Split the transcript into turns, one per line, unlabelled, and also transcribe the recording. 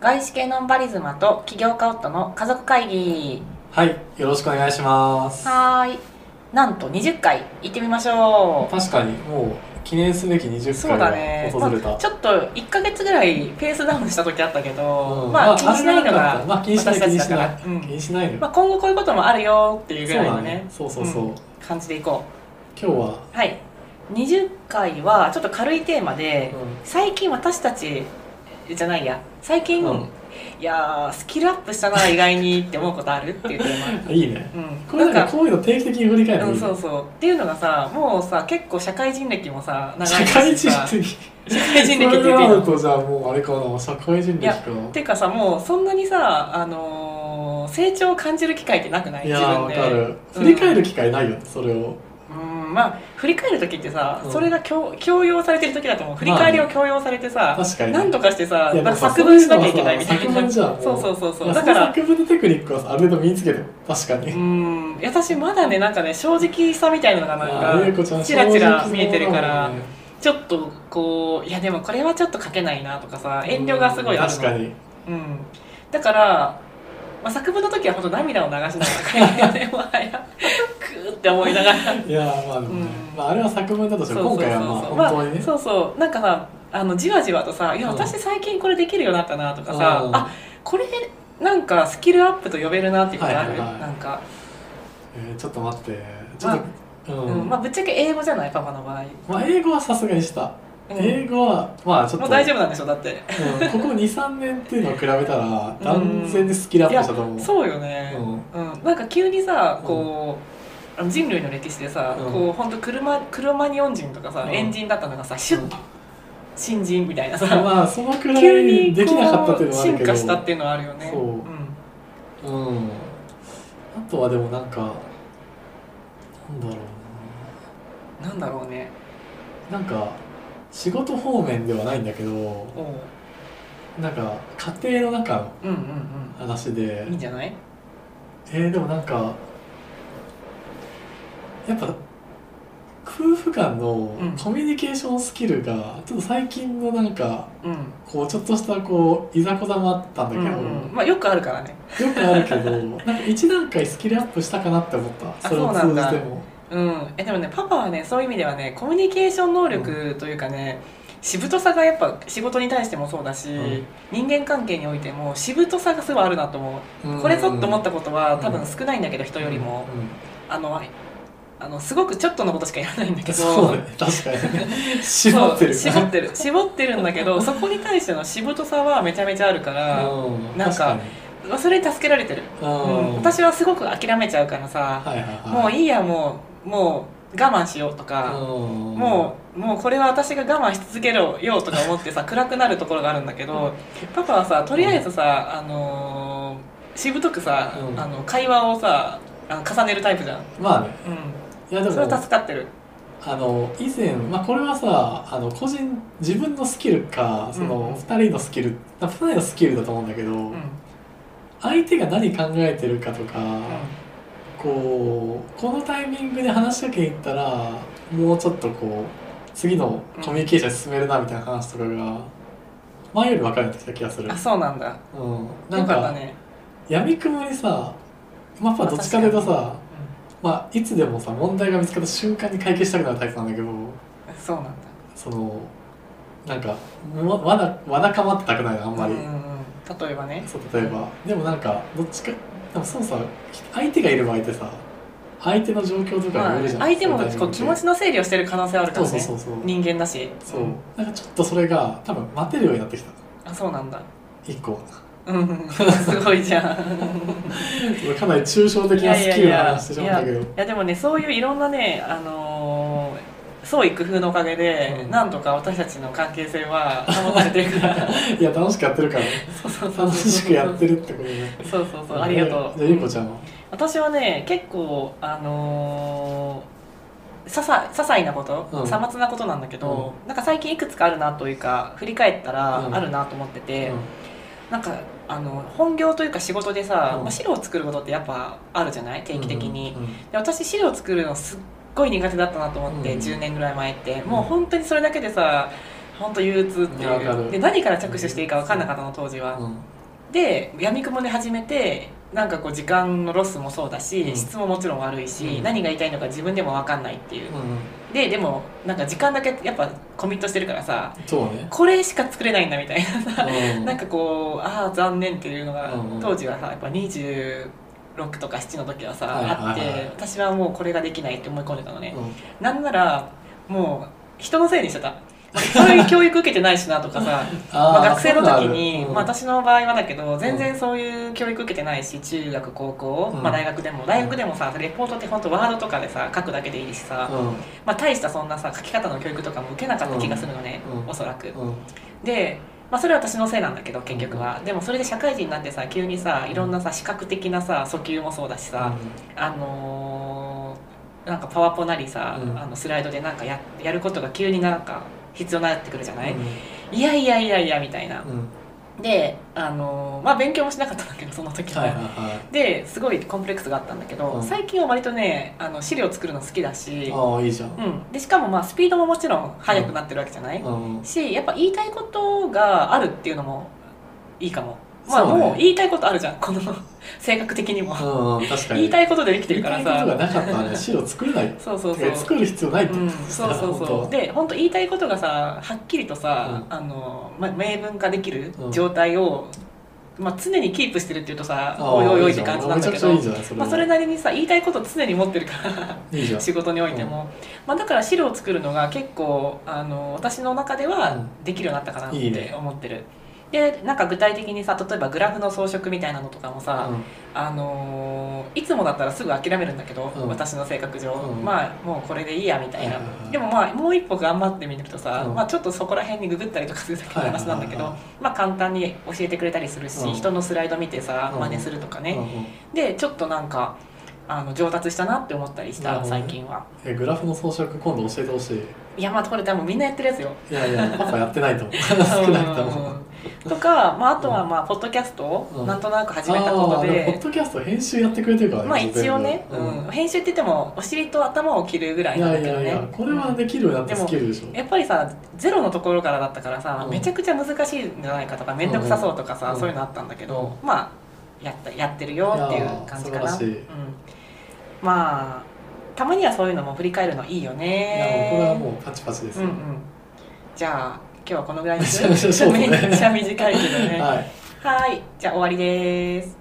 外資系ノンバリズマと起業家夫の家族会議
はい、よろしくお願いします。
はーいなんと20回行ってみましょう
確かに、もう記念すべき20
そうだね
回、が訪れた。
まあちょっと1か月ぐらいペースダウンした時あったけど、
うん
まあ
まあ
気にしないのが
まあ気にしない
私たちだから
気にし
う
気
ん
にしないのよ。
まあ、今後こういうこともあるよっていうぐ
そう
らい
な
の
ん
ね
ね。そうそうそう。
うん
今
感じでいこ
日は、
うはい20回はちょっと軽いテーマで、
う
最近私たちじゃないや最近、
ん
いやースキルアップしたな意外にって思うことあるっていうテー
うん、いいね。
マ、うん、
これ
な
なん
ん
か
か
こういうの定期的に振り返るの
う
い
ん、
いね
そうそうっていうのがさもうさ結構社会人歴もさ長
社
い
会
し
人
さ
的。
社会人歴
そ
って言っ
れが
ていい
ある
の
とじゃあもうあれかな、社会人歴かな。
ていうかさもうそんなにさ、あのー成長を感じる機会ってなくない
い
自
やー、
分
わ
で
かる。振り返る機会ないよね、それを。
うんまあ振り返る時ってさ、
うん
それが強強要されてる時だと思う振り返りを強要されてさ、
確かに。
何
い
とかしてさ
や
なんか
で
作
も
文し
さ
なきゃいけないみたい
そういうのはさ作文
な
じゃんもう
そうそうそうそう
や
だ
そ
か
の
ら
作文のテクニックはさある程度身につけてる確かに、
うんいや私まだねなんかね正直さみたいなのが
あー
な
ゆ
ん
う
か
こちゃん
ちらちら見えてるから、
正直そうだもんね
ちょっとこういやでもこれはちょっと書けないなとかさ遠慮がすごいあるの
確かに
うん、だから、まあ、作文の時はほんと涙を流しながら書いてて もはやくーって思いながら
いやーまあでもね、
うん
まあ、あれは作文だとしても今回はまあ
まあ
本当にね、
そうそうなんかさあのじわじわとさ「いや
うん
私最近これできるようになったな」とかさ「
うん
あこれなんかスキルアップと呼べるな」っていうことあ
は
る、
いはいはい
なんか、
えーちょっと待ってちょっと、
う
うんん
ま
ま
あ、
あ
ぶっちゃけ英語じゃないパパの場合、
英語はさすがにした、
うん
英語はまあちょっと
もう大丈夫なんでしょだって
うんここ23年っていうのを比べたら
うん
断然でスキルアップしたと思う、
そうよね、うんなんか急にさこう、あの人類の歴史でさ、
うん
こう本当車車にン人とかさ、
うん
エンジンだったのがさシュッ、新人みたいなさ、
まあそのくら
急に
い
こ
できなかったっていう
う
のはある
進
けど
化したっていうのはあるよね
そううん、あとはでもなんかなんだろう
うん、なんだろうね
ななんか仕事方面ではないんだけど
おう
なんか家庭の中の
うんうん
話で
うんいいんじゃない
えー、でもなんかやっぱ夫婦間の
うん
コミュニケーションスキルがちょっと最近のなんか
うん、
こうちょっとしたこういざこざもあったんだ
う
けど、
んうん、まあよくあるからね
よくあるけどなんか一段階スキルアップしたかなって思ったそれを通
そう
じ
なん
て
だ
も
うんえでもねパパはねそういう意味ではねコミュニケーション能力というかね、しぶとさがやっぱ仕事に対してもそうだし、
うん
人間関係においてもしぶとさがすごいあるなと思うこれぞって思ったことは多分少ないんだけど人よりも、
うんうん
あのあのすごくちょっとのことしかやらないんだけど
そうね確かにね絞ってる
そう絞ってる絞ってるんだけ どそこに対してのしぶとさはめちゃめちゃあるから、
うん
なんか
確かに
それに助けられてる、
う
うん
ん
私はすごく諦めちゃうからさ、
はいはいはい
もういいやもうもう我慢しようとか、
うん
もうもうこれは私が我慢し続けろよとか思ってさ暗くなるところがあるんだけどパパはさとりあえずさ、あのーしぶとくさ、
うん
あの会話をさあの重ねるタイプじゃん、う
まあね
ん、
いやで
それ
も
は助かってる
あの以前、まあ、これはさあの個人自分のスキルかそ
うん
の2人のスキル、まあ、2人のスキルだと思うんだけど、
うん、うん
相手が何考えてるかとか、こうこのタイミングで話しかけに行ったらもうちょっとこう次のコミュニケーション進めるなみたいな話とかが前より分かるようになってきた気がする
あ、そうなんだ
うん、な
よ
ん
かっ
か
たね、
やみくもにさまあまあどっちかというとさ、まあ、いつでもさ問題が見つかった瞬間に解決したくなるタイプなんだけど
うん、そうなんだ
そのなんかわわだわだかまってたくないのあんまり、
うんうんうん、例えばね
そう例えばでもなんかどっちかでもそうさ相手がいる場合ってさ相手の状況とか
ま
に
あ
よるじゃん、
相手も
そういうタイ
こ
ミン
う
グ
気持ちの整理をしてる可能性あるから
そう
ね
そうそうそう
人間だし
そうなんかちょっとそれが多分待てるようになってきた
あそうなんだ
一個
うんうん すごいじゃん
かなり抽象的なスキルの話してしまったけど
いやでもねそういういろんなねあのー創意工夫のおかげで、
うん
なんとか私たちの関係性は 保たれてるから
いや楽しくやってるから
そうそうそう
楽しくやってるってことね
そうそうそうありがとう
じゃあゆうこちゃんは
私はね結構あのー、ささ些細なこと、
うん
さまつなことなんだけど、なんか最近いくつかあるなというか振り返ったら
うん
あるなと思ってて、
うん
なんかあの本業というか仕事でさ、
うん
まあ資料を作ることってやっぱあるじゃない定期的に、
うんうん
で私資料を作るのすっごい苦手だったなと思って、
うん
10年ぐらい前って、
ん
もう本当にそれだけでさ本当憂鬱って
いやわか
いう
る
で何から着手していいか分かんなかったの当時は、
うん
で闇雲で始めてなんかこう時間のロスもそうだし、
うん
質ももちろん悪いし、
うん
何が言いたいのか自分でも分かんないっていう
うん
ででもなんか時間だけやっぱコミットしてるからさ
そうね、
これしか作れないんだみたい なさ、
うん
なんかこうああ残念っていうのが、
うん
当時はさやっぱ26とか7の時はさ、
はいはいはい
あって私はもうこれができないって思い込んでたのね、
うん
なんならもう人のせいにして たそういう教育受けてないしなとかさ
あ
まあ、
ー
学生の時に、
そう
まあ、
なる
私の場合はだけど全然そういう教育受けてないし中学高校、
うん
まあ、大学でも大学でもさレポートって本当ワードとかでさ書くだけでいいしさ、
うん
まあ、大したそんなさ書き方の教育とかも受けなかった気がするのね、
うん
おそらく。
うんうん
で、まあ、それは私のせいなんだけど結局はでもそれで社会人になってさ急にさいろんなさ視覚的なさ訴求もそうだしさ、あのーなんかパワポなりさ、
うん
あのスライドでなんかややることが急になんか必要になってくるじゃない、
うん
いやいやいやいやみたいな
うん
であのまあ勉強もしなかったんだけどその時は、
はいはいは
ですごいコンプレックスがあったんだけど、
うん
最近は割とねあの資料作るの好きだし
い、ああいいじゃん、
うん、でしかもまあスピードももちろん速くなってるわけじゃない、
うん
しやっぱ言いたいことがあるっていうのもいいかもまあ
そうね
もう言いたいことあるじゃんこの 性格的にも
うんうん、確かに
言いたいことで生きてるから
言いたいこ
さ
とがなかったらね白作れない
そうそうそ
て
う
か作る必要ないって
う
言
ん、
ってた
そうそう
本
そう
当
で本当言いたいことがさはっきりとさ、
うん
あのま、明文化できる状態を、まあ、常にキープしてるっていうとさ
ああ
おいおいおいっ
じ
て
ゃ
感じなんだけ
め
ど
ちゃくちゃいいじゃないそれ
まあ、それなりにさ言いたいことを常に持ってるから
いいじゃん
仕事においても、まあ、だから資料を作るのが結構あの私の中で
う
は
ん
できるようになったかなっ
いい
て
ね
思ってる。でなんか具体的にさ例えばグラフの装飾みたいなのとかもさ、あのーいつもだったらすぐ諦めるんだけど、
うん
私の性格上、
うん
まあもうこれでいいやみたいな、
はいはいはい
でもまあもう一歩頑張ってみるとさ、
うん
まあ、ちょっとそこら辺にググったりとかするだけの話なんだけど、
はいはいはい
まあ、簡単に教えてくれたりするし、
うん
人のスライド見てさ
うん
真似するとか
うんう
ね、
んうん
でちょっとなんかあの上達したなって思ったりし
なる
た
ほどね
最近は。
えグラフの装飾今度教えてほしい
いやまあこれ多分みんなやってるやつよ。
いやいやパパやってないと思う 少なくと
う
も
んとか、まあ、あとはまあポッドキャストをなんとなく始めたこと
あー
で、
でもポッドキャスト編集やってくれてるから
まあ一応ね、
全
う
部
ん編集って言ってもお尻と頭を切るぐらい
い
なん
や
だ
い
けど
や
ね
いやこれはできるようになったスキルでしょ
うんやっぱりさゼロのところからだったからさ、
うん
めちゃくちゃ難しいんじゃないかとか面倒くさそうとかさ、
うん
そういうのあったんだけど、まあやったやってるよってい
いや
う
ー
感じかな
素晴らし
うん
い、
まあたまにはそういうのも振り返るのいいよ
いやも
ね
うこれはもうパチパチです
う
よ
んうんじゃあ 今日はこのぐらいにす
めちゃめちゃそう
る
ね
め っちゃ短いけどね
はい
はいじゃあ終わりです